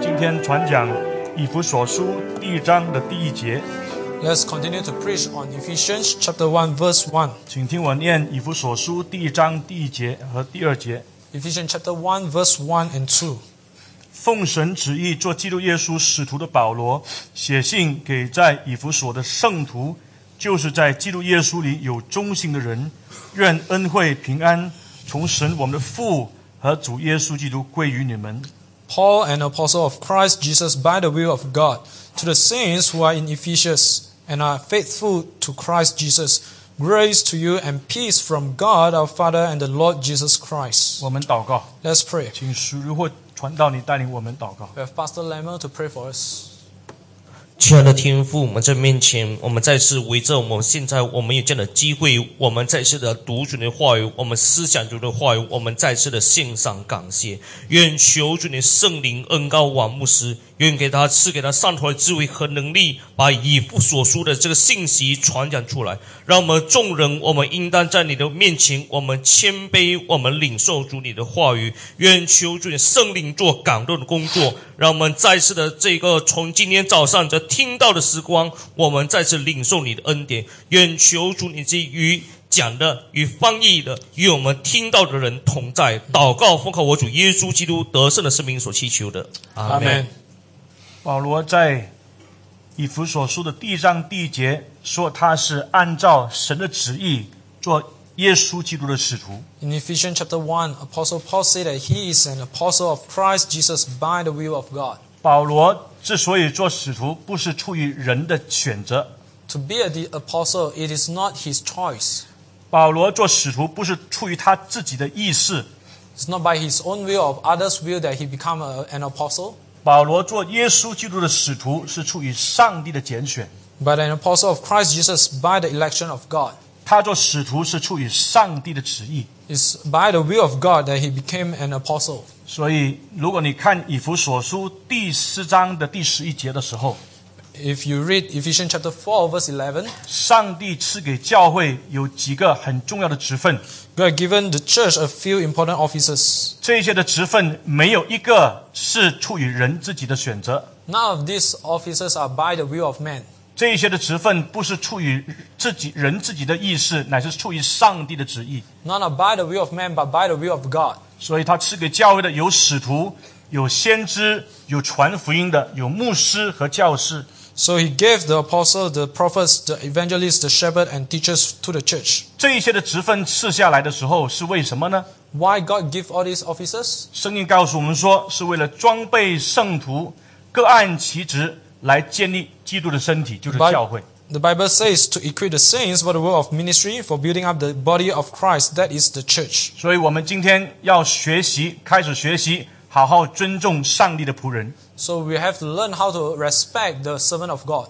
今天传讲以弗所书第一章的第一节， Let's continue to preach on Ephesians chapter 1 verse 1. 请听我念以弗所书第一章第一节和第二节。 Ephesians chapter 1 verse 1 and 2. 奉神旨意做基督耶稣使徒的保罗，写信给在以弗所的圣徒，就是在基督耶稣里有忠心的人，愿恩惠平安从神我们的父和主耶稣基督归于你们。 Paul, an apostle of Christ Jesus by the will of God, to the saints who are in Ephesus and are faithful to Christ Jesus, grace to you and peace from God our Father and the Lord Jesus Christ. 我们祷告， Let's pray. 请属如或传道你带领我们祷告。 We have Pastor Lemon to pray for us. 亲爱的天父，我们在面前，我们再次围着我们现在我们有这样的机会，我们再次的读主你的话语，我们思想主你的话语，我们再次的献上感谢。愿求主你圣灵恩高王牧师，愿给他赐给他上头的智慧和能力，把以父所书的这个信息传讲出来，让我们众人，我们应当在你的面前，我们谦卑，我们领受主你的话语。愿求主你圣灵做感动的工作，让我们再次的这个从今天早上这听到的时光，我们再次领受你的恩典。愿求主你这与讲的与翻译的与我们听到的人同在。祷告，奉靠我主耶稣基督得胜的圣名所祈求的，阿门。保罗在以弗所书的第一章第一节说，他是按照神的旨意做耶稣基督的使徒。 In Ephesians chapter 1, Apostle Paul said that he is an apostle of Christ Jesus by the will of God. 保罗之所以做使徒，不是出于人的选择； To be a the apostle, it is not his choice. 保罗做使徒不是出于他自己的意识； It's not by his own will or others' will that he become a, an apostle, 保罗做耶稣基督的使徒是出于上帝的拣选， but an apostle of Christ Jesus by the election of God. 他做使徒是出于上帝的旨意。 It's by the will of God that he became an apostle. 所以，如果你看以弗所书第四章的第十一节的时候， If you read Ephesians chapter 4, verse 11, 上帝赐给教会有几个很重要的职分， God had given the church a few important offices. 这些的职分没有一个是出于人自己的选择， None of these offices are by the will of man. 这些的职分不是出于自己人自己的意识，乃是出于上帝的旨意。 None are by the will of man, but by the will of God. 所以，他赐给教会的有使徒、有先知、有传福音的、有牧师和教师。 So he gave the apostle, the prophets, the evangelists, the shepherd, and teachers to the church. 这一些的职分赐下来的时候，是为什么呢？ Why God give all these offices? 圣经告诉我们说，是为了装备圣徒，各按其职来建立基督的身体，就是 Bi- 教会。 The Bible says to equip the saints for the work of ministry, for building up the body of Christ, that is the church. 所以我们今天要学习，开始学习，好好尊重上帝的仆人。 So we have to learn how to respect the servant of God.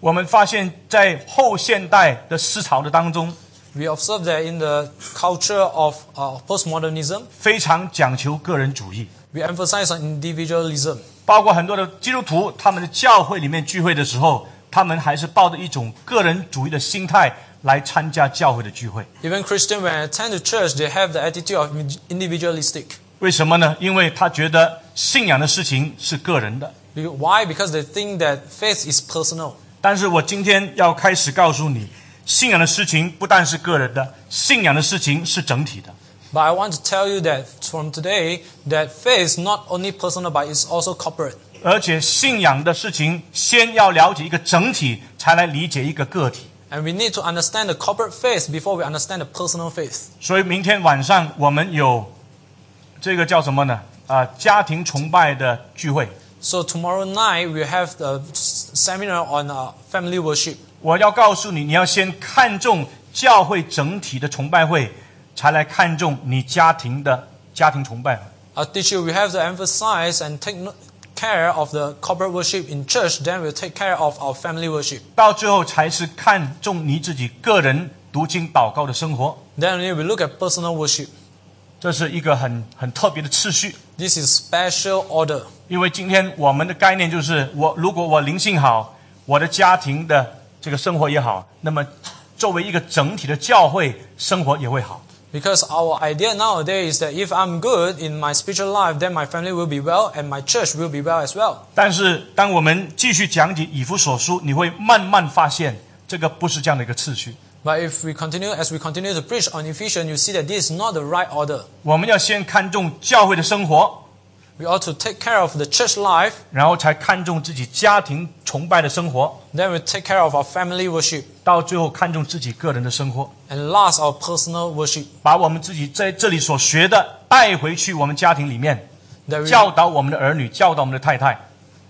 我们发现，在后现代的思潮的当中， We observe that in the culture of uh, postmodernism, 非常讲求个人主义， we emphasize on individualism. 包括很多的基督徒，他们的教会里面聚会的时候，他们还是抱着一种个人主义的心态来参加教会的聚会。 Even Christians, when they attend the church, they have the attitude of individualistic. 为什么呢？因为他觉得信仰的事情是个人的。 Be- Why? Because they think that faith is personal. 但是我今天要开始告诉你，信仰的事情不但是个人的，信仰的事情是整体的。 But I want to tell you that from today, that faith is not only personal, but it's also corporate. 而且信仰的事情，先要了解一个整体，才来理解一个个体。 And we need to understand the corporate faith before we understand the personal faith. 所以明天晚上我们有这个叫什么呢？啊、家庭崇拜的聚会。 So tomorrow night we have the s- seminar on uh, family worship. 我要告诉你，你要先看重教会整体的崇拜会，才来看重你家庭的家庭崇拜会。 I'll teach you Uh, we have to emphasize and take no- care of the corporate worship in church. Then we'll take care of our family worship. 到最后才是看重你自己个人读经祷告的生活， Then we will look at personal worship. 这是一个很很特别的次序。 This is special order 因为今天我们的概念就是，我如果我灵性好，我的家庭的这个生活也好，那么作为一个整体的教会生活也会好。 Because our idea nowadays is that if I'm good in my spiritual life, then my family will be well and my church will be well as well. 但是，当我们继续讲解以弗所书，你会慢慢发现，这个不是这样的一个次序。 But if we continue, as we continue to preach on Ephesians, you see that this is not the right order. 我们要先看重教会的生活， We ought to take care of the church life, 然后才看重自己家庭崇拜的生活， then we take care of our family worship, 到最后看重自己个人的生活， and last, our personal worship. 把我们自己在这里所学的带回去我们家庭里面， That we, 教导我们的儿女，教导我们的太太。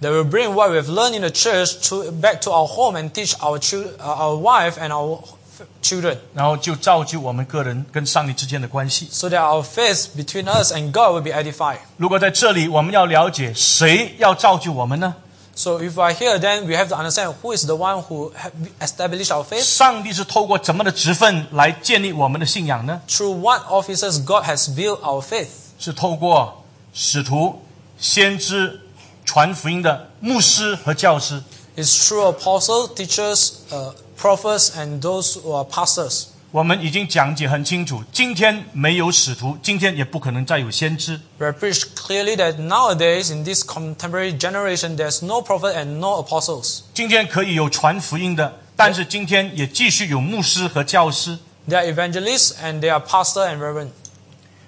that we bring what we have learned in the church to, back to our home and teach our, chil- uh, our wife and our f- children. 然后就造就我们个人跟上帝之间的关系。 so that our faith between us and God will be edified. 如果在这里我们要了解谁要造就我们呢？ So if we are here, then we have to understand who is the one who ha- established our faith, 上帝是透过怎么的职分来建立我们的信仰呢？ through what offices God has built our faith, 是透过使徒、先知、传福音的牧师和教师。 It's through apostles, teachers, uh, prophets, and those who are pastors. 我们已经讲解很清楚，今天没有使徒，今天也不可能再有先知。 We have preached clearly that nowadays, in this contemporary generation, there's no prophet and no apostles. 今天可以有传福音的，但是今天也继续有牧师和教师。 They are evangelists and they are pastor and reverend.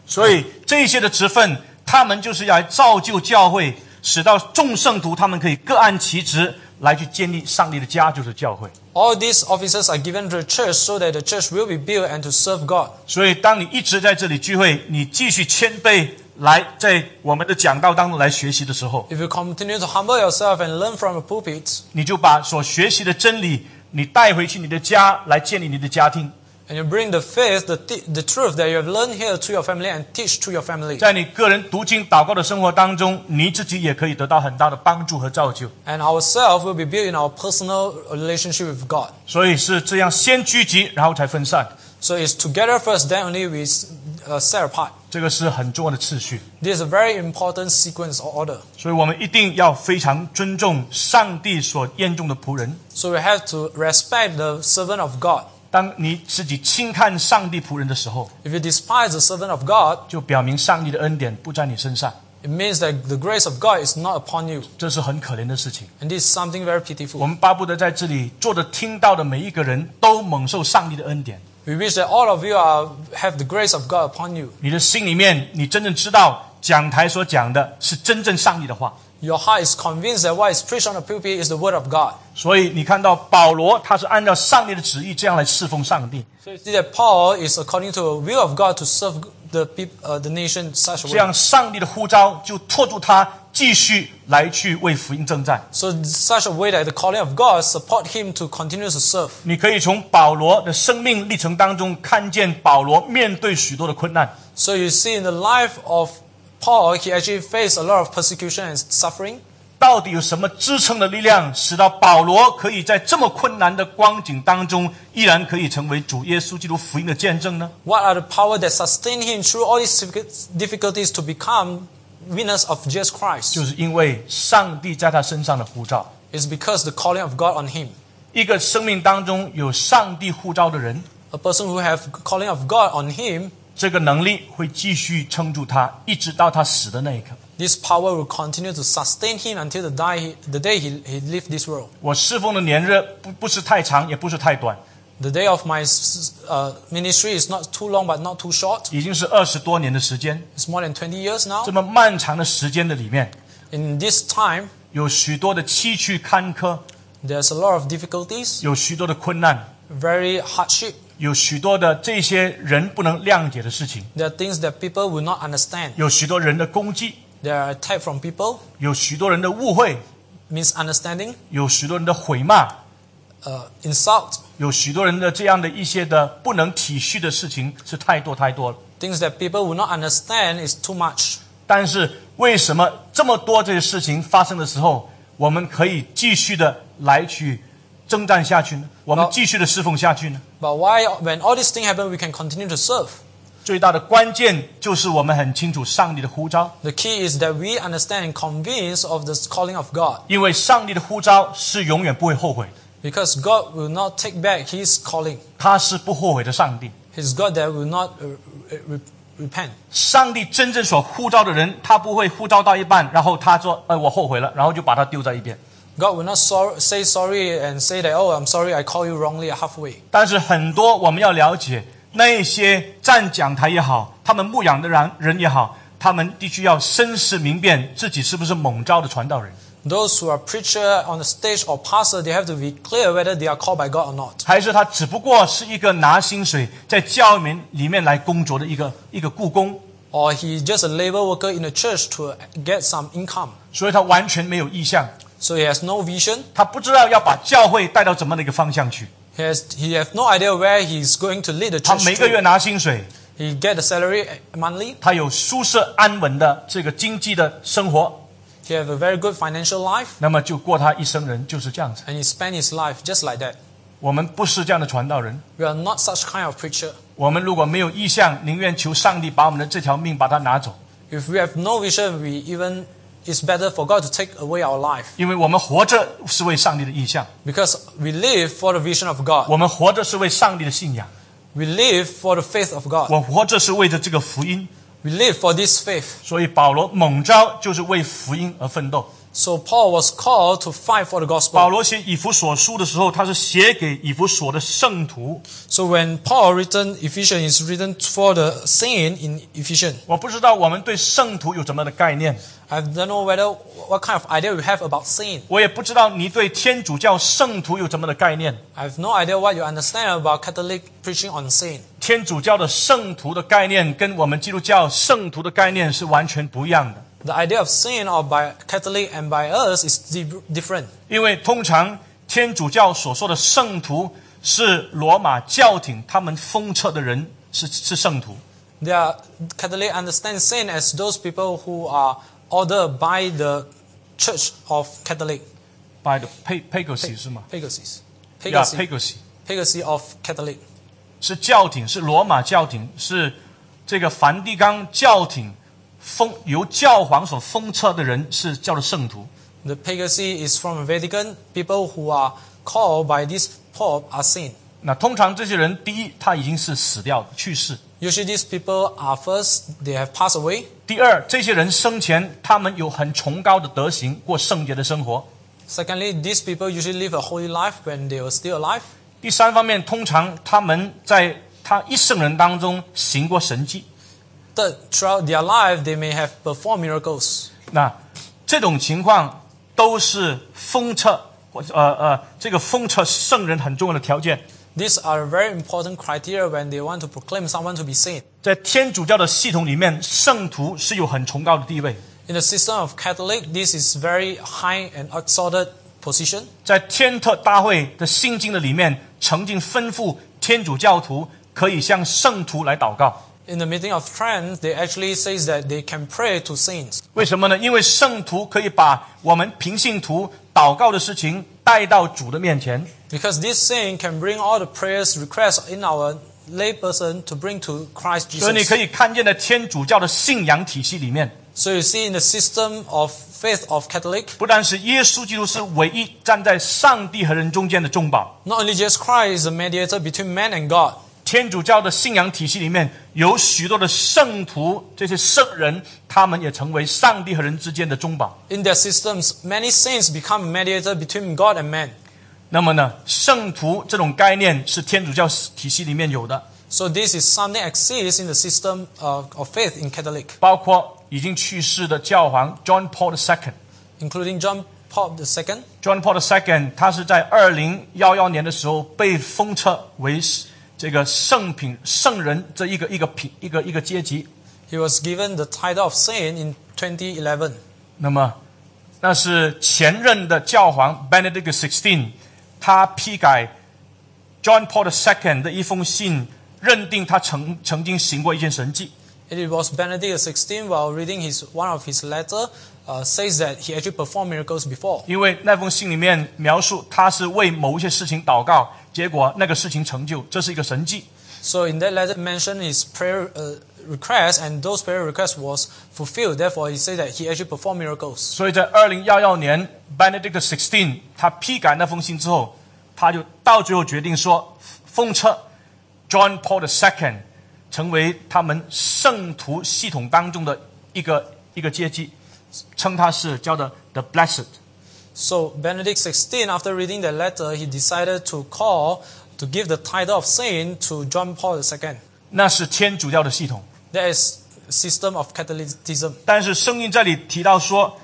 所以这些的职分，他们就是要来造就教会，使到众圣徒他们可以各按其职来去建立上帝的家，就是教会。 All these offices are given to the church so that the church will be built and to serve God. 所以，当你一直在这里聚会，你继续谦卑来在我们的讲道当中来学习的时候， If you continue to humble yourself and learn from the pulpit, 你就把所学习的真理，你带回去你的家来建立你的家庭。 and you bring the faith, the, th- the truth that you have learned here to your family and teach to your family. 在你个人读经祷告的生活当中，你自己也可以得到很大的帮助和造就。 And ourselves will be built in our personal relationship with God. 所以是这样，先聚集，然后才分散， So it's together first, then only we s- uh, set apart. 这个是很重要的次序。 This is a very important sequence or order. 所以我们一定要非常尊重上帝所验中的仆人。 So we have to respect the servant of God. 当你自己轻看上帝仆人的时候， If you despise the servant of God, 就表明上帝的恩典不在你身上， it means that the grace of God is not upon you. 这是很可怜的事情。 And this is something 我 very pitiful. 们巴不得在这里坐着听到的每一个人都蒙受上帝的恩典。 We wish that all of you are, have the grace of God upon you. 你的心里面，你真正知道讲台所讲的是真正上帝的话。 Your heart is convinced that what is preached on the pulpit is the word of God. 所以你看到保罗，他是按照上帝的旨意这样来侍奉上帝， So you see that Paul is according to the will of God to serve the peop- uh, the nation in such 这 a way. 样上帝的呼召就拖住他继续来去为福音征战。 So in such a way that the calling of God support him to continue to serve. 你可以从保罗的生命历程当中看见保罗面对许多的困难， So you see in the life of Paul, he actually faced a lot of persecution and suffering. 到底有什么支撑的力量，使到保罗可以在这么困难的光景当中，依然可以成为主耶稣基督福音的见证呢？ What are the power that sustain him through all these difficult- difficulties to become witness of Jesus 就 Christ? 是因为上帝在他身上的呼召。 It's because the calling of God on him. 一个生命当中有上帝呼召的人， A person who have calling of God on him, 这个能力会继续撑住他，一直到他死的那一刻。 this power will continue to sustain him until the, die, the day he, he leave this world. 我侍奉的年日不不是太长，也不是太短， The day of my uh, ministry is not too long, but not too short. 已经是二十多年的时间。 It's more than 20 years now. 这么漫长的时间的里面， In this time, 有许多的崎岖坎坷， there's a lot of difficulties, 有许多的困难， very hardship. 有许多的这些人不能谅解的事情， There are things that people will not understand. 有许多人的攻击， There are attack from people, 有许多人的误会， misunderstanding, 有许多人的毁骂， uh, insult, 有许多人的这样的一些的不能体恤的事情是太多太多了。 things that people will not understand is too much. 但是为什么这么多这些事情发生的时候，我们可以继续的来去征战下去呢？我们好继续的侍奉下去呢？ But why, when all these things happen, we can continue to serve? 最大的关键就是我们很清楚上帝的呼召， The key is that we understand and convince of the calling of God, 因为上帝的呼召是永远不会后悔的， because God will not take back His calling. 他是不后悔的上帝。 He's God that will not uh, re- repent. 上帝真正所呼召的人，他不会呼召到一半，然后他说：“哎，我后悔了”，然后就把他丢在一边。 God will not sor- say sorry and say that, oh, I'm sorry, I called you wrongly halfway. 但是很多我们要了解，那些站讲台也好，他们牧养的人人也好，他们必须要深思明辨自己是不是蒙召的传道人， Those who are preacher on the stage or pastor, they have to be clear whether they are called by God or not. 还是他只不过是一个拿薪水在教里面里面来工作的一个一个雇工， Or he's just a labor worker in the church to get some income. 所以他完全没有意向， So he has no vision. 他不知道要把教会带到怎么样的一个方向去。 He has, he has no idea where he's going to lead the 他 church 每个月 to. 拿薪水， He get the salary monthly. 他有舒适安稳的这个经济的生活， He have a very good financial life. 那么就过他一生人就是这样子。 And he spend his life just like that. 我们不是这样的传道人。 We are not such kind of preacher. 我们如果没有意向，宁愿求上帝把我们的这条命把它拿走， If we have no vision, we even it's better for God to take away our life 因为我们活着是为上帝的意向， because we live for the vision of God. 我们活着是为上帝的信仰， We live for the faith of God. 我活着是为着这个福音。 We live for this faith. 所以保罗猛招就是为福音而奋斗。 So Paul was called to fight for the 保 gospel. 罗写以弗所书的时候，他是写给以弗所的圣徒。 So when Paul written Ephesians is written for the saint in Ephesians. 我不知道我们对圣徒有什么样的概念， I don't know whether what kind of idea you have about saint. 我也不知道你对天主教圣徒有什么样的概念。 I have no idea what you understand about Catholic preaching on saint. 天主教的圣徒的概念跟我们基督教圣徒的概念是完全不一样的。 The idea of saint or by Catholic and by us is di- different. 因为通常天主教所说的圣徒是罗马教廷他们封册的人是是圣徒， They are Catholic understand saint as those people who are ordered by the Church of Catholic 拜的 p a g a s y 是吗 Pegasus. 呀 Pegasus, p a g a s y Pegasus of Catholic. 是教廷，是罗马教廷，是这个梵蒂冈教廷封由教皇所封册的人是叫做圣徒。 The Pegasus is from Vatican. People who are called by this Pope are saint. 那通常这些人，第一他已经是死掉去世； Usually these people are first, they have passed away. 第二，这些人生前他们有很崇高的德行，过圣洁的生活； Secondly, these people usually live a holy life when they were still alive. 第三方面，通常他们在他一生人当中行过神迹。 Third, throughout their life, they may have performed miracles. 那这种情况都是封测或者呃呃这个封测圣人很重要的条件。 These are very important criteria when they want to proclaim someone to be saint. 在天主教的系统里面，圣徒是有很崇高的地位。 In the system of Catholic, this is very high and exalted position. 在天特大会的信经的里面，曾经吩咐天主教徒可以向圣徒来祷告。 In the meeting of Trent, they actually says that they can pray to saints 为什么呢？因为圣徒可以把我们平信徒祷告的事情带到主的面前。 because this saint can bring all the prayers requests in our layperson to bring to Christ 所以你可 Jesus. 以看见，在天主教的信仰体系里面， So you see, in the system of faith of Catholic, 不但是耶稣基督是唯一站在上帝和人中间的中保， not only Jesus Christ is a mediator between man and God. 天主教的信仰体系里面有许多的圣徒，这些圣人，他们也成为上帝和人之间的中保。 In their systems, many saints become mediator between God and man. 那么呢，圣徒这种概念是天主教体系里面有的， So this is something exists in the system of, of faith in Catholic, 包括已经去世的教皇 John Paul II。 including John Paul II. John Paul II，他是在二零幺幺年的时候被封册为这个圣品圣人这一个一个品一个一个阶级。 He was given the title of saint in 2011. 那么，那是前任的教皇 Benedict XVI，他批改 John Paul II 的一封信，认定他曾曾经行过一件神迹。 It was Benedict XVI, while reading his one of his letter, uh, says that he actually performed miracles before. 因为那封信里面描述他是为某一些事情祷告，结果那个事情成就，这是一个神迹。 So in that letter, mentioned his prayer uh, request, and those prayer requests was fulfilled. Therefore, he said that he actually performed miracles. 所以在二零幺幺年，Benedict XVI 他批改那封信之后，他就到最后决定说，封册 John Paul II 成为他们圣徒系统当中的一个一个阶级，称他是叫的 the blessed。 So Benedict XVI, after reading the letter, he decided to call to give the title of saint to John Paul II. 那是天主教的系统。 That is system of Catholicism. 但是圣经这里提到说，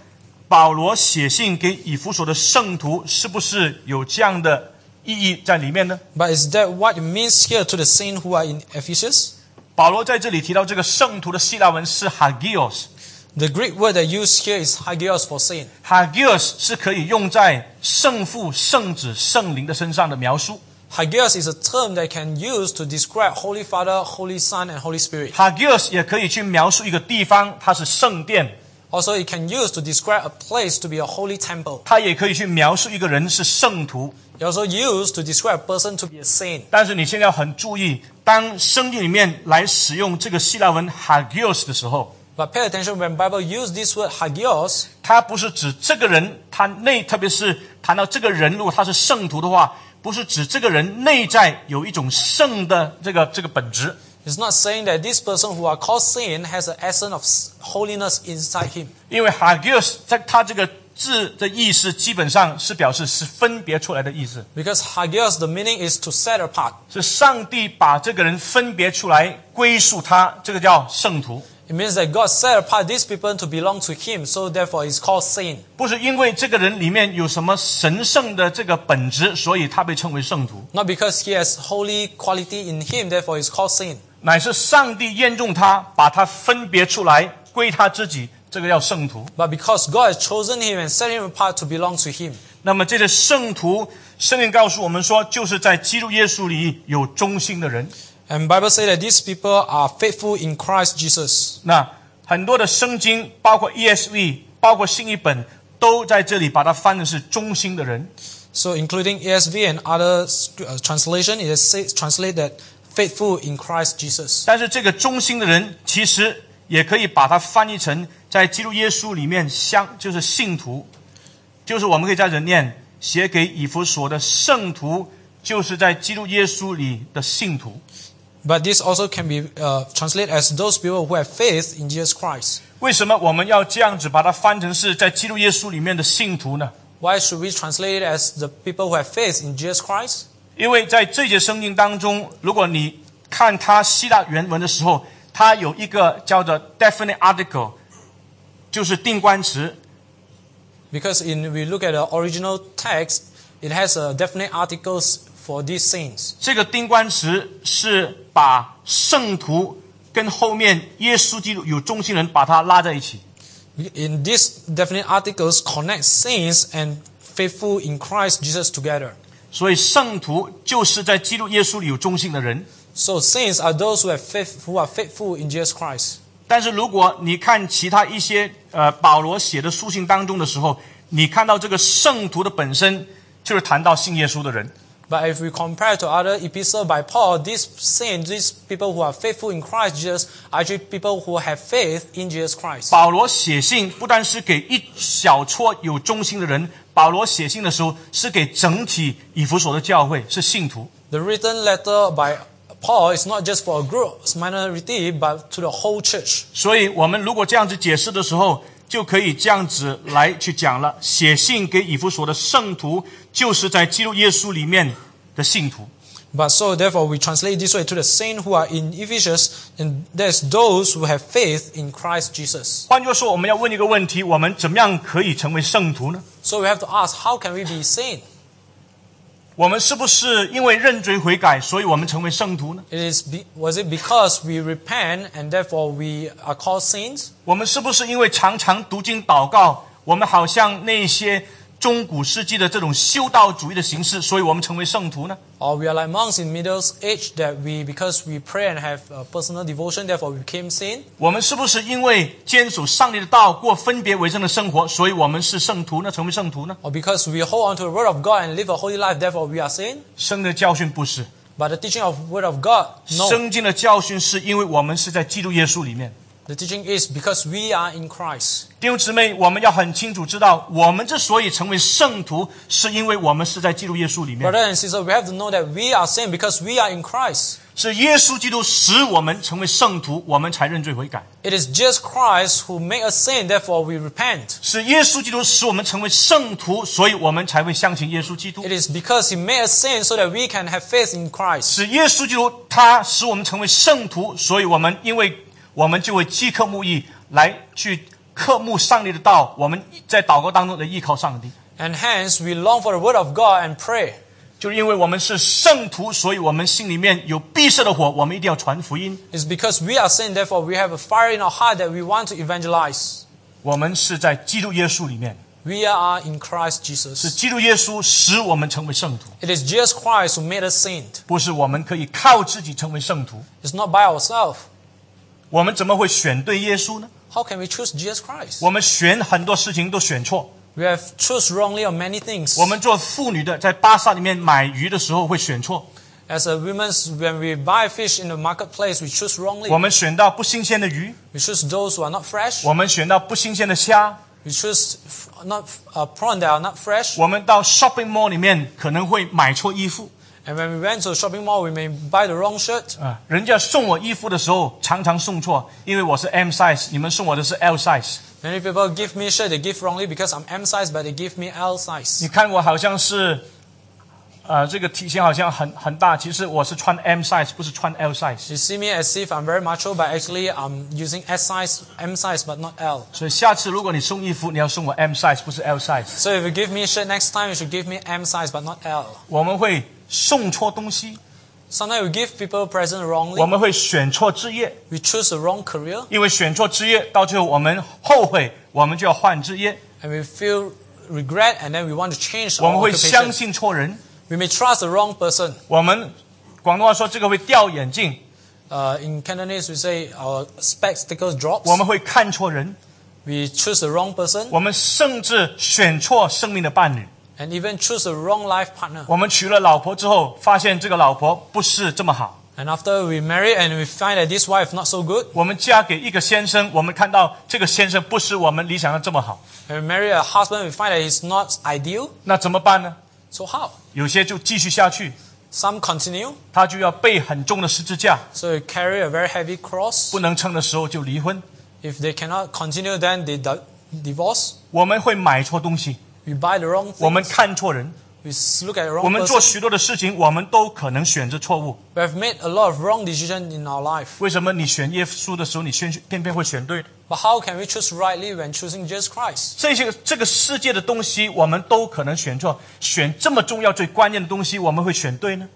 保罗写信给以弗所的圣徒，是不是有这样的意义在里面呢？ But is that what it means here to the saint who are in Ephesus? 保罗在这里提到这个圣徒的希腊文是 hagios，hagios The Greek word that used here is hagios for saint. 是可以用在圣父、圣子、圣灵的身上的描述。 Hagios is a term that can use to describe Holy Father, Holy Son, and Holy Spirit. hagios 也可以去描述一个地方，它是圣殿； Also, it can use to describe a place to be a holy temple. 它也可以去描述一个人是圣徒。 It also used to describe a person to be a saint. 但是你现在要很注意，当圣经里面来使用这个希腊文 hagios 的时候， But pay attention when Bible use this word hagios, 它不是指这个人，他内，特别是谈到这个人，如果他是圣徒的话，不是指这个人内在有一种圣的这个这个本质， it's not saying that this person who are called saint has an essence of s- holiness inside him. 因为 hagios 在它这个字的意思基本上是表示是分别出来的意思， Because hagios, the meaning is to set apart. 是上帝把这个人分别出来归属他，这个叫圣徒， It means that God set apart these people to belong to him, so therefore it's called saint. 不是因为这个人里面有什么神圣的这个本质，所以他被称为圣徒， Not because he has holy quality in him, therefore it's called saint. 乃是上帝验中他，把他分别出来归他自己，这个叫圣徒。 But because God has chosen him and set him apart to belong to him. 那么这些圣徒，圣灵告诉我们说，就是在基督耶稣里有忠心的人。 And Bible says that these people are faithful in Christ Jesus. 那很多的圣经，包括 ESV，包括新译本，都在这里把它翻成是忠心的人。 So including ESV and other uh, translation, it says translate that faithful in Christ Jesus. 但是这个忠心的人，其实也可以把它翻译成在基督耶稣里面相，就是信徒，就是我们可以在这念写给以弗所的圣徒，就是在基督耶稣里的信徒。 But this also can be uh, translated as those people who have faith in Jesus Christ. 为什么我们要这样子把它翻成是在基督耶稣里面的信徒呢？ Why should we translate it as the people who have faith in Jesus Christ? 因为在这节圣经当中，如果你看它希腊原文的时候，它有一个叫做 definite article，就是定冠词。 Because in we look at the original text, it has a definite articles for these saints. 这个定冠词是把圣徒跟后面耶稣基督有中心人把它拉在一起。 In these definite articles connect saints and faithful in Christ Jesus together. 所以圣徒就是在基督耶稣里有中心的人。 So saints are those who have faith, who are faithful in Jesus Christ. 但是如果你看其他一些呃保罗写的书信当中的时候，你看到这个圣徒的本身就是谈到信耶稣的人。 But if we compare to other epistles by Paul, these saints, these people who are faithful in Christ Jesus, are actually people who have faith in Jesus Christ. 保罗写信不单是给一小撮有忠心的人，保罗写信的时候是给整体以弗所的教会是信徒。 The written letter by Paul is not just for a group, it's minority, but to the whole church. 所以我们如果这样子解释的时候，就可以这样子来去讲了。写信给以弗所的圣徒，就是在基督耶稣里面的信徒。 But so therefore we translate this way to the saints who are in Ephesus, and that's those who have faith in Christ Jesus. 换句话说，我们要问一个问题：我们怎么样可以成为圣徒呢？ So we have to ask, how can we be saint? 我们是不是因为认罪悔改，所以我们成为圣徒呢？ It is be, was it because we repent and therefore we are called saints? 我们是不是因为常常读经祷告，我们好像那些中古世纪的这种修道主义的形式，所以我们成为圣徒呢？ Or we are like monks in middle age that we because we pray and have uh, personal devotion, therefore we became saint? 我们是不是因为坚守上帝的道，过分别为圣的生活，所以我们是圣徒呢？成为圣徒呢？ Or because we hold on to the word of God and live a holy life, therefore we are saint? 圣经的教训不是， But the teaching of word of God, no. 圣经的教训是因为我们是在基督耶稣里面。 The teaching is because we are in Christ. 弟兄姊妹，我们要很清楚知道，我们之所以成为圣徒，是因为我们是在基督耶稣里面。 Brother and sister, we have to know that we are saints because we are in Christ. 是耶稣基督使我们成为圣徒，我们才认罪悔改； It is just Christ who made us sin, therefore we repent. 是耶稣基督使我们成为圣徒，所以我们才会相信耶稣基督 It；is because he made us sin so that we can have faith in Christ. 是耶稣基督他使我们成为圣徒，所以我们因为我们就会饥渴慕义，来去渴慕上帝的道，我们在祷告当中的依靠上帝。 And hence we long for the word of God and pray. 就是因为我们是圣徒，所以我们心里面有闭塞的火，我们一定要传福音。 It's because we are sin, therefore we have a fire in our heart that we want to evangelize. 我们是在基督耶稣里面， We are in Christ 是 Jesus. 基督耶稣使我们成为圣徒， It is just Christ who made us saint. 不是我们可以靠自己成为圣徒。 It's not by ourselves. 我们怎么会选对耶稣呢？ How can we choose Jesus Christ? 我们选很多事情都选错。 We have choose wrongly on many things. 我们做妇女的在巴萨里面买鱼的时候会选错， As a women's, when we buy fish in the marketplace, we choose wrongly. 我们选到不新鲜的鱼， We choose those who are not fresh. 我们选到不新鲜的虾， We choose f- not uh, prawn that are not fresh. 我们到 shopping mall 里面可能会买错衣服 And when we went to a shopping mall, we may buy the wrong shirt. 啊。人家送我衣服的时候常常送错，因为我是 M size，你们送我的是 L size。 Many people give me shirt, they give wrongly because I'm M size, but they give me L 你 size. 看我好像是，呃，这个体型好像很很大，其实我是穿 M size，不是穿 L size。 You see me as if I'm very macho, but actually I'm using S size, M size, but not L. 所以下次如果你送衣服，你要送我 M size，不是 L size。 So if you give me a shirt next time, you should give me M size, but not L. 我们会送错东西， Sometimes we give people present 我 wrongly. 们会选错职业。 We choose the wrong career, 因为选错职业，到最后我们后悔，我们就要换职业， and we feel regret, and then we want to change 我们 our 会相 occupation. 信错人， We may trust the wrong person. 我们广东话说这个会掉眼镜， Uh, in Cantonese, we say our spectacles drops. 我们会看错人， We choose the wrong person 我们甚至选错生命的伴侣。 and even choose the wrong life partner. 我们娶了老婆之后，发现这个老婆不是这么好。 And after we marry and we find that this wife not so good, 我们嫁给一个先生，我们看到这个先生不是我们理想的这么好， and we marry a husband, we find that he's not ideal. 那怎么办呢？ So how? 有些就继续下去， Some continue, 他就要背很重的十字架， so they carry a very heavy cross. 不能撑的时候就离婚。 If they cannot continue, then they di- divorce. 我们会买错东西， We buy the wrong 我们 things. 看错人。 We s- look at the 我 wrong 们做 person. 许多的事情，我们都可能选择错误。 We have made a lot of wrong decisions in our life. 为什么你选耶稣的时候，你偏偏偏会选对？ But how can we choose rightly when choosing Jesus Christ? 这些这个世界的东西，我们都可能选错。选这么重要、最关键的东西，我们会选对呢？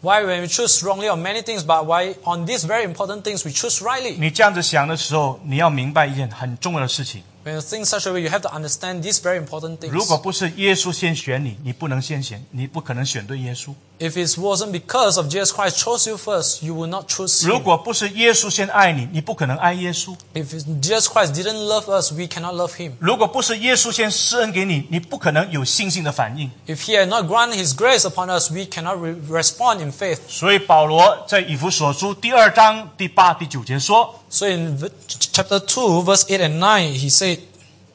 Why when we choose wrongly on many things, but why on these very important things we choose rightly? 你这样子想的时候，你要明白一件很重要的事情： When you think such a way, you have to understand these very important things. 如果不是耶稣先选你，你不能先选，你不可能选对耶稣； If it wasn't because of Jesus Christ chose you first, you would not choose 如 him. 果不是耶稣先爱你，你不可能爱耶稣； If Jesus Christ didn't love us, we cannot love him. 如果不是耶稣先施恩给你，你不可能有信心的反应。 If he had not granted his grace upon us, we cannot re- respond in faith. 所以保罗在以弗所书第二章第八、第九节说：“ So in v- ch- chapter 2, verse 8 and 9, he said,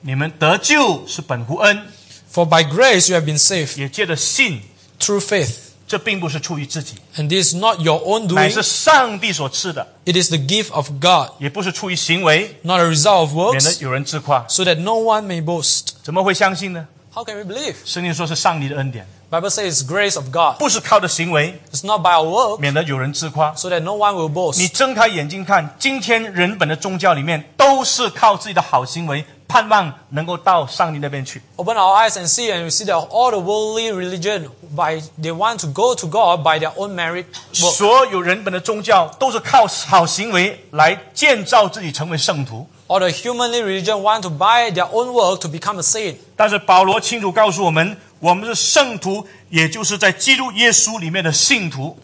你们得救是本乎恩， For by grace you have been saved 也借着信。 through faith. 这并不是出于自己， And this is not your own 乃 doing, 是上帝所赐的， it is the gift of God, 也不是出于行为， not a result of 免得 works, 有人自夸。 so that no one may boast. 怎么会相信呢？ How can we believe? 圣经说是上帝的恩典， Bible says it's grace of God. 不是靠着行为， It's not by our work, 免得有人自夸。 so that no one will boast. 你睁开眼睛看，今天人本的宗教里面都是靠自己的好行为，盼望能够到上帝那边去。 open our eyes and see, and we see that all the worldly religion by they want to go to God by their own merit work. 所有人本的宗教都是靠好行为来建造自己成为圣徒。 Or the humanly religion want to buy their own work to become a saint. 但是保罗清楚告诉我们，我们是圣徒，也就是在基督耶稣里面的信徒，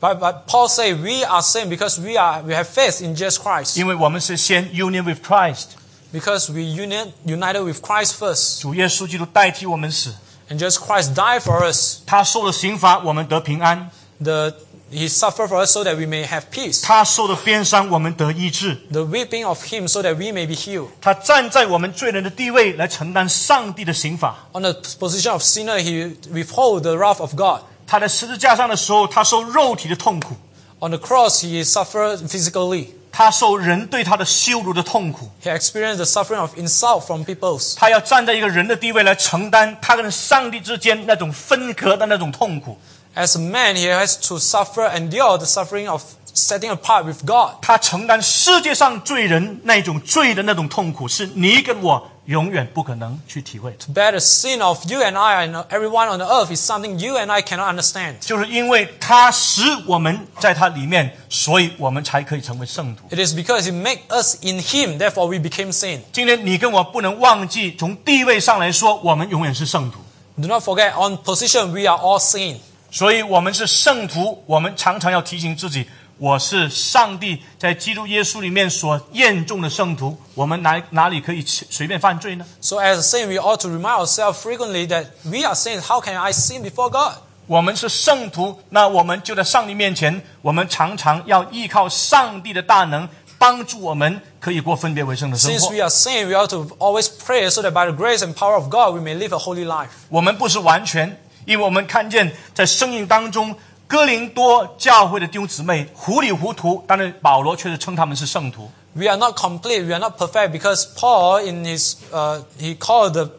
But, but Paul say we are saint because we are we have faith in Jesus Christ 因为我们是先 union with Christ， because we union united with Christ first, 主耶稣基督代替我们死， and Jesus Christ died for us. 他受了刑罚，我们得平安； The he suffered for us so that we may have peace. 他受了鞭伤，我们得医治； The weeping of him so that we may be healed. 他站在我们罪人的地位来承担上帝的刑罚； On the position of sinner, he withhold the wrath of God. 他在十字架上的时候，他受肉体的痛苦； On the cross, he suffered physically. 他受人对他的羞辱的痛苦， He experienced the suffering of insult from peoples. 他要站在一个人的地位来承担他跟上帝之间那种分隔的那种痛苦。 As a man, he has to suffer, endure the suffering of setting apart with God. 他承担世界上罪人那种罪的那种痛苦，是你跟我永远不可能去体会的。 Bear the sin of you and I and everyone on the earth is something you and I cannot understand. 就是因为他使我们在他里面，所以我们才可以成为圣徒。 It is because he made us in him, therefore we became sin. 今天你跟我不能忘记，从地位上来说，我们永远是圣徒。 Do not forget, on position, we are all sin. 所以，我们是圣徒，我们常常要提醒自己，我是上帝在基督耶稣里面所验中的圣徒。我们哪哪里可以随便犯罪呢？ So as a saint, we ought to remind ourselves frequently that we are saints. How can I sin before God? 我们是圣徒，那我们就在上帝面前，我们常常要依靠上帝的大能，帮助我们可以过分别为圣的生 Since 活 we。are saints, we ought to always pray so that by the grace and power of God, we may live a holy life. 我们不是完全，因为我们看见在生命当中，哥林多教会的弟兄姊妹糊里糊涂，但是保罗却是称他们是圣徒。 We are not complete. We are not perfect because Paul, in his, uh, he called the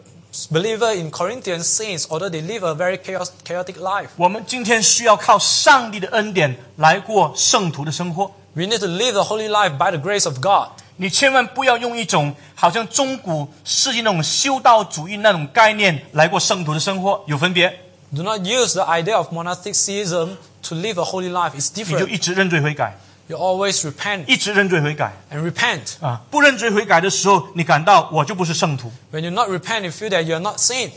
believer in Corinthians saints, although they live a very chaos, chaotic life. 我们今天需要靠上帝的恩典来过圣徒的生活。 We need to live a holy life by the grace of God. 你千万不要用一种好像中古世纪那种修道主义那种概念来过圣徒的生活，有分别， Do not use the idea of monasticism to live a holy life. It's 你就 different. 一直认罪悔改， You always repent 一直认罪悔改 and repent. 啊！不认罪悔改的时候，你感到我就不是圣徒。 When you not repent, you feel that you are not saint.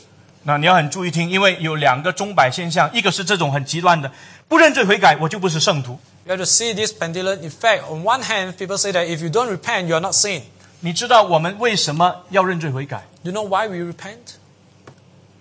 那你要很注意听，因为有两个钟摆现象，一个是这种很极端的，不认罪悔改，我就不是圣徒。 You have to see this pendulum effect. On one hand, people say that if you don't repent, you are not sin. 你知道我们为什么要认罪悔改？ You know why we repent?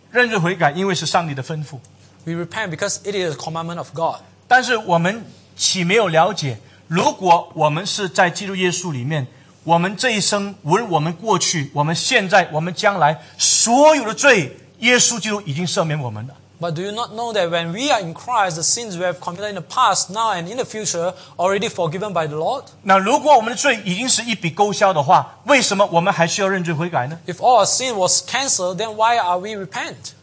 认罪悔改，因为是上帝的吩咐。 We repent because it is a commandment of God. 但是我们岂没有了解，如果我们是在基督耶稣里面，我们这一生，无论我们过去、我们现在、我们将来，所有的罪，耶稣基督已经赦免我们了。 But do you not know that when we are in Christ, the sins we have committed in the past, now, and in the future already forgiven by the Lord? 那如果我们的罪已经是一笔勾销的话，为什么我们还需要认罪悔改呢？ If all our sin was cancelled, then why are we repent?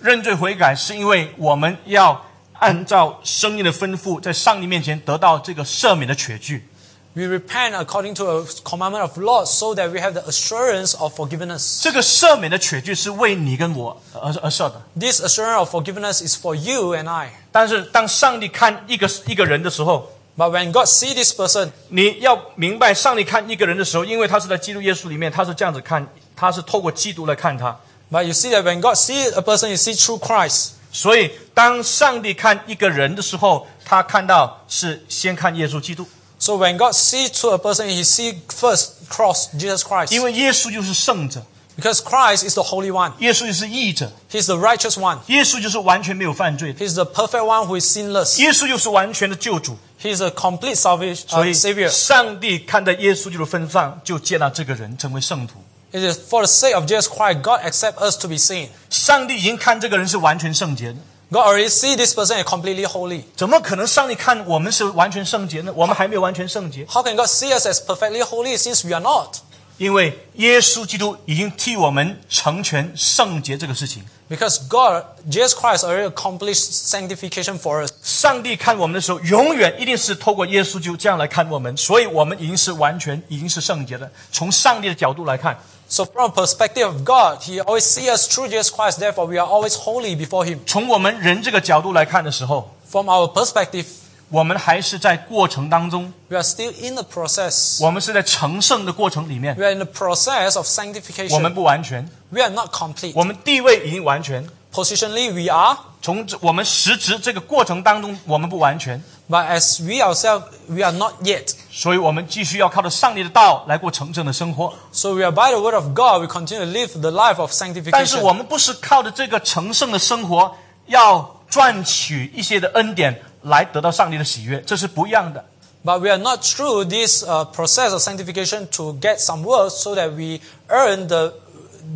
认罪悔改是因为我们要按照生命的吩咐，在上帝面前得到这个赦免的确据。 We repent according to a commandment of Lord so that we have the assurance of forgiveness. 这个赦免的确据是为你跟我而而设的。 This assurance of forgiveness is for you and I. 但是当上帝看一个一个人的时候， But when God see this person, 你要明白，上帝看一个人的时候，因为他是在基督耶稣里面，他是这样子看，他是透过基督来看他。 but you see that when God see a person, you see through Christ. 所以，当上帝看一个人的时候，他看到是先看耶稣基督， So when God see to a person, he see first cross Jesus Christ. 因为耶稣就是圣者， Because Christ is the Holy One. 耶稣就是义者， He's the righteous one. 耶稣就是完全没有犯罪的， He's the perfect one who is sinless. 耶稣就是完全的救主。 He's a complete salvation 所 uh, 以， savior. 上帝看在耶稣基督的份上，就接纳这个人成为圣徒。 It is for the sake of Jesus Christ, God accept us to be seen. 上帝已经看这个人是完全圣洁的， God already see this person as completely holy. 怎么可能上帝看我们是完全圣洁呢？我们还没有完全圣洁， How can God see us as perfectly holy since we are not? 因为耶稣基督已经替我们成全圣洁这个事情。 Because God, Jesus Christ already accomplished sanctification for us. 上帝看我们的时候，永远一定是透过耶稣基督这样来看我们，所以我们已经是完全，已经是圣洁的。从上帝的角度来看， So from perspective of God, He always see us through Jesus Christ. Therefore, we are always holy before Him. 从我们人这个角度来看的时候， From our perspective, 我们还是在过程当中， we are still in the process. 我们是在成圣的过程里面 We，are in the process of 我们 sanctification. 不完全， We are not complete. 我们地位已经完全。 Positionally, we are, 从这我们实质这个过程当中，我们不完全， but as we ourselves, we are not yet. 所以我们继续要靠着上帝的道来过成圣的生活。 So we are by the word of God. We continue to live the life of 但是 sanctification. 我们不是靠着这个成圣的生活，要赚取一些的恩典来得到上帝的喜悦，这是不一样的。 But we are not through this uh, process of sanctification to get some works so that we earn the,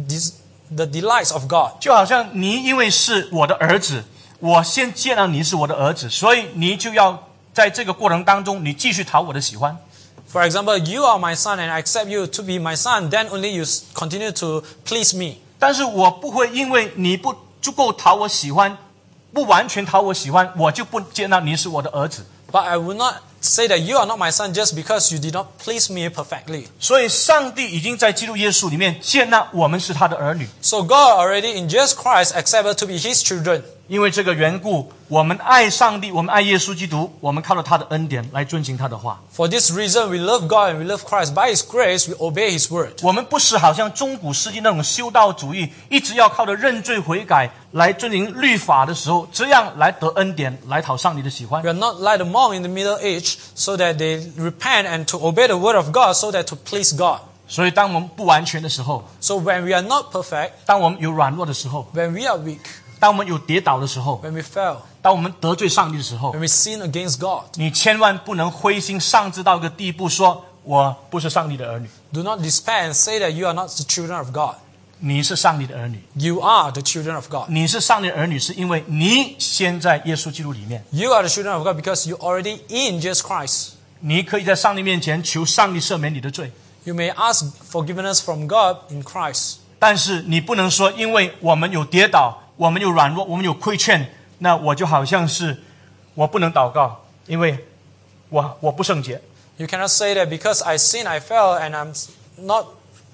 this, the delights of God. 就好像你因为是我的儿子，我先见到你是我的儿子，所以你就要在这个过程当中，你继续讨我的喜欢， For example, you are my son and I accept you to be my son, then only you s- continue to please me. 但是我不会因为你不足够讨我喜欢，不完全讨我喜欢，我就不接纳你是我的儿子。 But I will not say that you are not my son just because you did not please me perfectly. 所以，上帝已经在基督耶稣里面接纳我们是他的儿女， So God already in Jesus Christ accepted us to be his children. 因为这个缘故，我们爱上帝，我们爱耶稣基督，我们靠着他的恩典来遵行他的话。 For this reason, we love God and we love Christ. By his grace, we obey his word. 我们不是好像中古世纪那种修道主义，一直要靠着认罪悔改来遵行律法的时候，这样来得恩典，来讨上帝的喜欢 We。are not like the monk in the Middle Age, so that they repent and to obey the word of God, so that to please God. 所以，当我们不完全的时候， So when we are not perfect, 当我们有软弱的时候， when we are weak, 当我们有跌倒的时候， when we fail, 当我们得罪上帝的时候 when，we sin against God, 你千万不能灰心丧志到一个地步说，我不是上帝的儿女， do not despair and say that you are not the children of God. 你是上帝的儿女， You are the children of God. 你是上帝的儿女，是因为你先在耶稣基督里面， You are the children of God because you're already in Jesus Christ. 你可以在上帝面前求上帝赦免你的罪。 You may ask forgiveness from God in Christ. 但是你不能说，因为我们有跌倒，我们有软弱，我们有亏欠，那我就好像是我不能祷告，因为我我不圣洁。 You cannot say that because I sin, I fell, and I'm not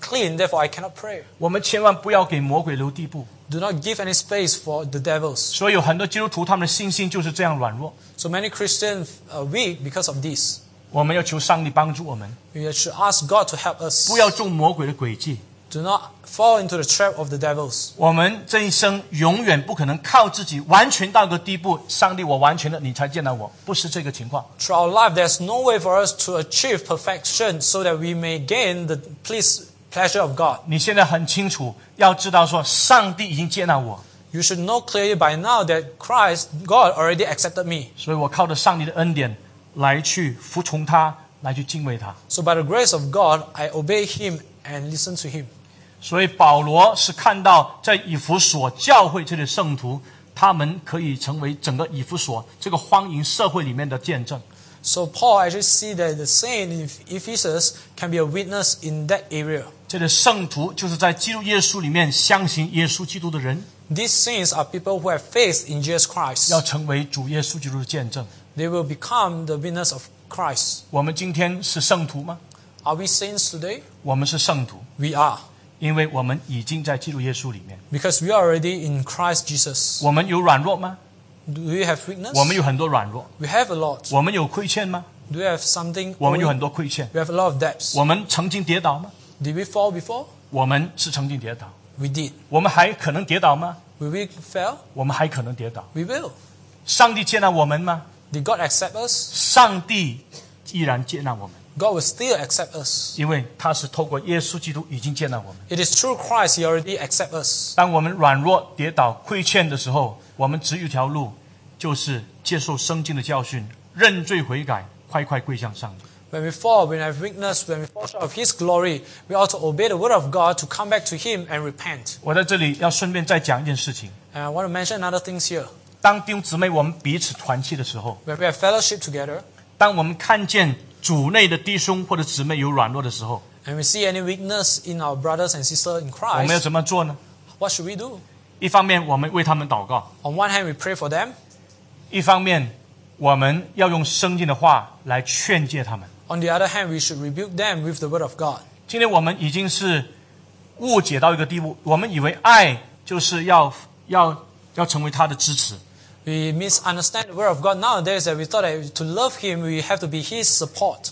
clean, therefore I cannot pray. 我们千万不要给魔鬼留地步。 Do not give any space for the devils. 所以有很多基督徒他们的信心就是这样软弱。 So many Christians are weak because of this. 我们要求上帝帮助我们， We should ask God to help us. 不要中魔鬼的诡计。 Do not fall into the trap of the devils. 我们这一生永远不可能靠自己完全到一个地步，上帝我完全了，你才见到我，不是这个情况。 Through our life, there's no way for us to achieve perfection so that we may gain the please, pleasure of God. 你现在很清楚，要知道说，上帝已经接纳我， You should know clearly by now that Christ, God, already accepted me. 所以我靠着上帝的恩典来去服从他，来去敬畏他。 So by the grace of God, I obey Him and listen to Him. 所以保罗是看到在以弗所教会这里的圣徒，他们可以成为整个以弗所这个荒淫社会里面的见证。 So Paul actually see that the saint in Ephesus can be a witness in that area. 这个圣徒就是在基督耶稣里面相信耶稣基督的人， These saints are people who have faith in Jesus 要 Christ. 成为主耶稣基督的见证。 They will become the witness of Christ. 我们今天是圣徒吗？ Are we saints today? 我们是圣徒， We are. 因为我们已经在基督耶稣里面。 Because we are already in Christ Jesus. 我们有软弱吗？ Do we have weakness? 我们有很多软弱。 We have a lot. 我们有亏欠吗？ Do we have something? 我们有 owing? 很多亏欠。 We have a lot of debts. 我们曾经跌倒吗？ Did we fall before? 我们是曾经跌倒。 We did. 我们还可能跌倒吗？ Will we fail? 我们还可能跌倒。 We will. 上帝接纳我们吗？ Did God accept us? 上帝依然接纳我们， God will still accept us. 因为他是透过耶稣基督已经接纳我们。 It is through Christ He already accept us. 当我们软弱、跌倒、亏欠的时候，我们只有一条路，就是接受圣经的教训，认罪悔改，快快跪向上帝。 When we fall, when we have weakness, when we fall short of His glory, we ought to obey the word of God to come back to Him and repent. 我在这里要顺便再讲一件事情： And I want to mention another things here. 当弟兄姊妹我们彼此团契的时候， When we have fellowship together 当我们看见主内的弟兄或者姊妹有软弱的时候， and we see any weakness in our brothers and sisters in 我们要 Christ, 怎么做呢？ what should we do? 一方面我们为他们祷告， On one hand, we pray for them. 一方面我们要用圣经的话来劝诫他们。 On the other hand, we should rebuke them with the word of God. 今天我们已经是误解到一个地步，我们以为爱就是要要要成为他的支持， We misunderstand the word of God nowadays that we thought that to love Him, we have to be His support.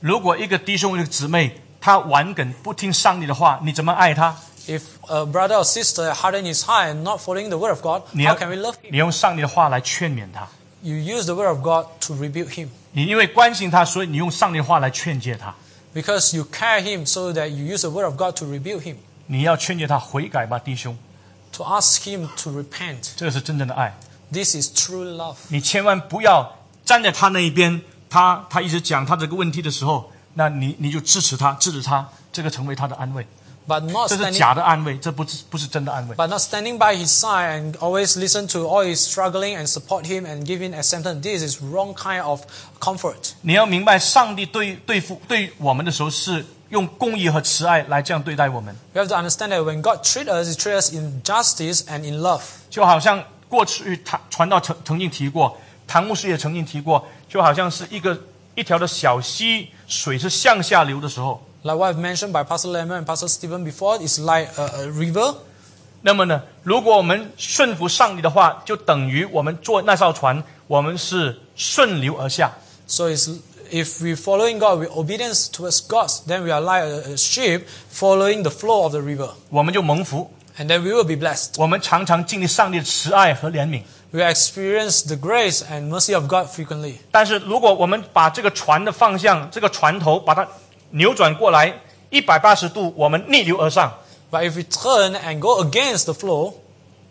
如果一个弟兄一个姊妹他顽梗不听上帝的话，你怎么爱他？ If a brother or sister harden his heart and not following the word of God, 你 how 要 can we love him? 你用上帝的话来劝勉他， You use the word of God to rebuke him 你因为关心他，所以你用上帝的话来劝诫他。 because you care him so that you use the word of God to rebuke him, 你要劝诫他悔改吧，弟兄， to ask him to repent. 这是真正的爱。 This is true love. 你千万不要站在他那一边，他他一直讲他这个问题的时候，那你你就支持他，支持他，这个成为他的安慰。 but not 这是 standing 假的安慰，这不是不是真的安慰。 but not standing by his side and always listen to all his struggling and support him and give him acceptance. This is wrong kind of comfort. 你要明白，上帝对对付对我们的时候，是用公义和慈爱来这样对待我们， We have to understand that when God treats us, He treats us in justice and in love. 就好像过去他传道曾曾经提过，唐牧师也曾经提过，就好像是一个一条的小溪，水是向下流的时候， Like what I've mentioned by Pastor Lemon and Pastor Stephen before, it's like a, a river. 那么呢，如果我们顺服上帝的话，就等于我们坐那艘船，我们是顺流而下。 So it's, if we're following God, we're obedience towards God, then we are like a, a ship following the flow of the river. 我们就蒙福， And then we will be blessed. 我们常常经历上帝的慈爱和怜悯。 We will experience the grace and mercy of God frequently. 但是如果我们把这个船的方向，这个船头把它扭转过来一百八十度，我们逆流而上， But if we turn and go against the flow,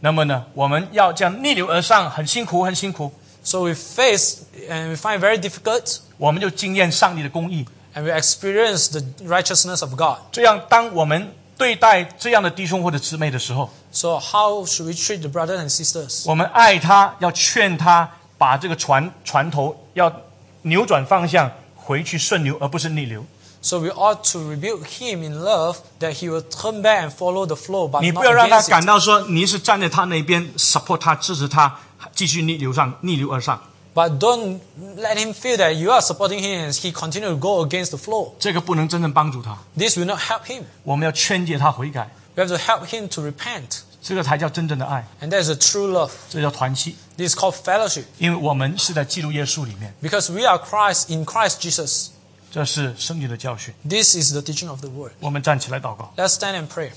那么呢，我们要这样逆流而上，很辛苦，很辛苦， so we face and we find very difficult, 我们就经验上帝的公义。 and we experience the righteousness of God. 这样，当我们对待这样的弟兄或者姊妹的时候， So how should we treat the brothers and sisters? 我们爱他，要劝他把这个船船头要扭转方向，回去顺流，而不是逆流。 So we ought to rebuke him in love that he will turn back and follow the flow, but 你 not 不要让他 against 感 it. 到说你是站在他那边 support 他支持他，继续逆流上逆流而上， But don't let him feel that you are supporting him and he continue to go against the flow. 这个不能真正帮助他。 This will not help him. 我们要劝诫他悔改， We have to help him to repent. 这个才叫真正的爱， And that is a true love. 这叫团契。 This is called fellowship. 因为我们是在基督耶稣里面， Because we are Christ in Christ Jesus. 这是圣经的教训。 This is the teaching of the word. 我们站起来祷告， Let's stand and pray.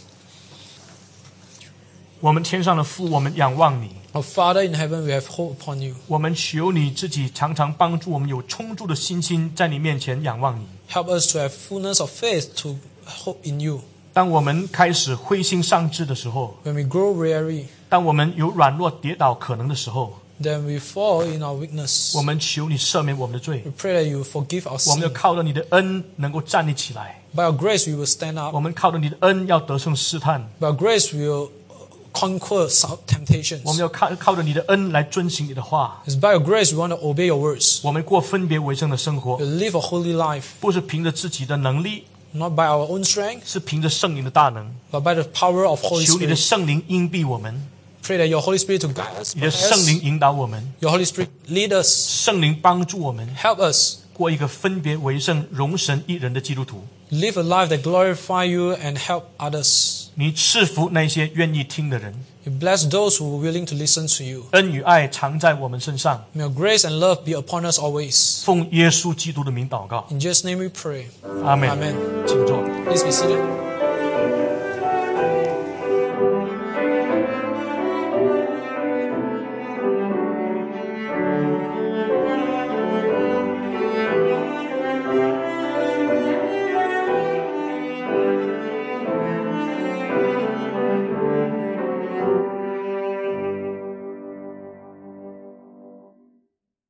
我们天上的父，我们仰望你， Our Father in heaven, we have hope upon you. 我们求你自己常常帮助我们有充足的信心，在你面前仰望你。 Help us to have fullness of faith to hope in you. 当我们开始灰心丧志的时候， When we grow weary, 当我们有软弱跌倒可能的时候， then we fall in our weakness. 我们求你赦免我们的罪 We，pray that you forgive our 我们要 sin. 靠着你的恩能够站立起来， By your grace, we will stand up. 我们靠着你的恩要得胜试探， By your grace, we will conquer some 我们 temptations. 要靠靠着你的恩来遵行你的话， It's by your grace we want to obey your words. 我们过分别为圣的生活 We，live a holy life, 不是凭着自己的能力， not by our own strength, 是凭着圣灵的大能。 but by the power of Holy 求你的 Spirit. 圣灵荫蔽我们， Pray that your Holy Spirit to guide us. 你的 protect 圣 us. 灵引导我们， Your Holy Spirit lead us, 圣灵帮助我们 help us 过一个分别为圣、容神一人的基督徒。 live a life that glorify you and help others. 你赐福那些愿意听的人， You bless those who are willing to listen to you. 恩与爱常在我们身上。 May your grace and love be upon us always. 奉耶稣基督的名祷告， In Jesus' name we pray. 阿门。 Amen. 请坐。 Please be seated.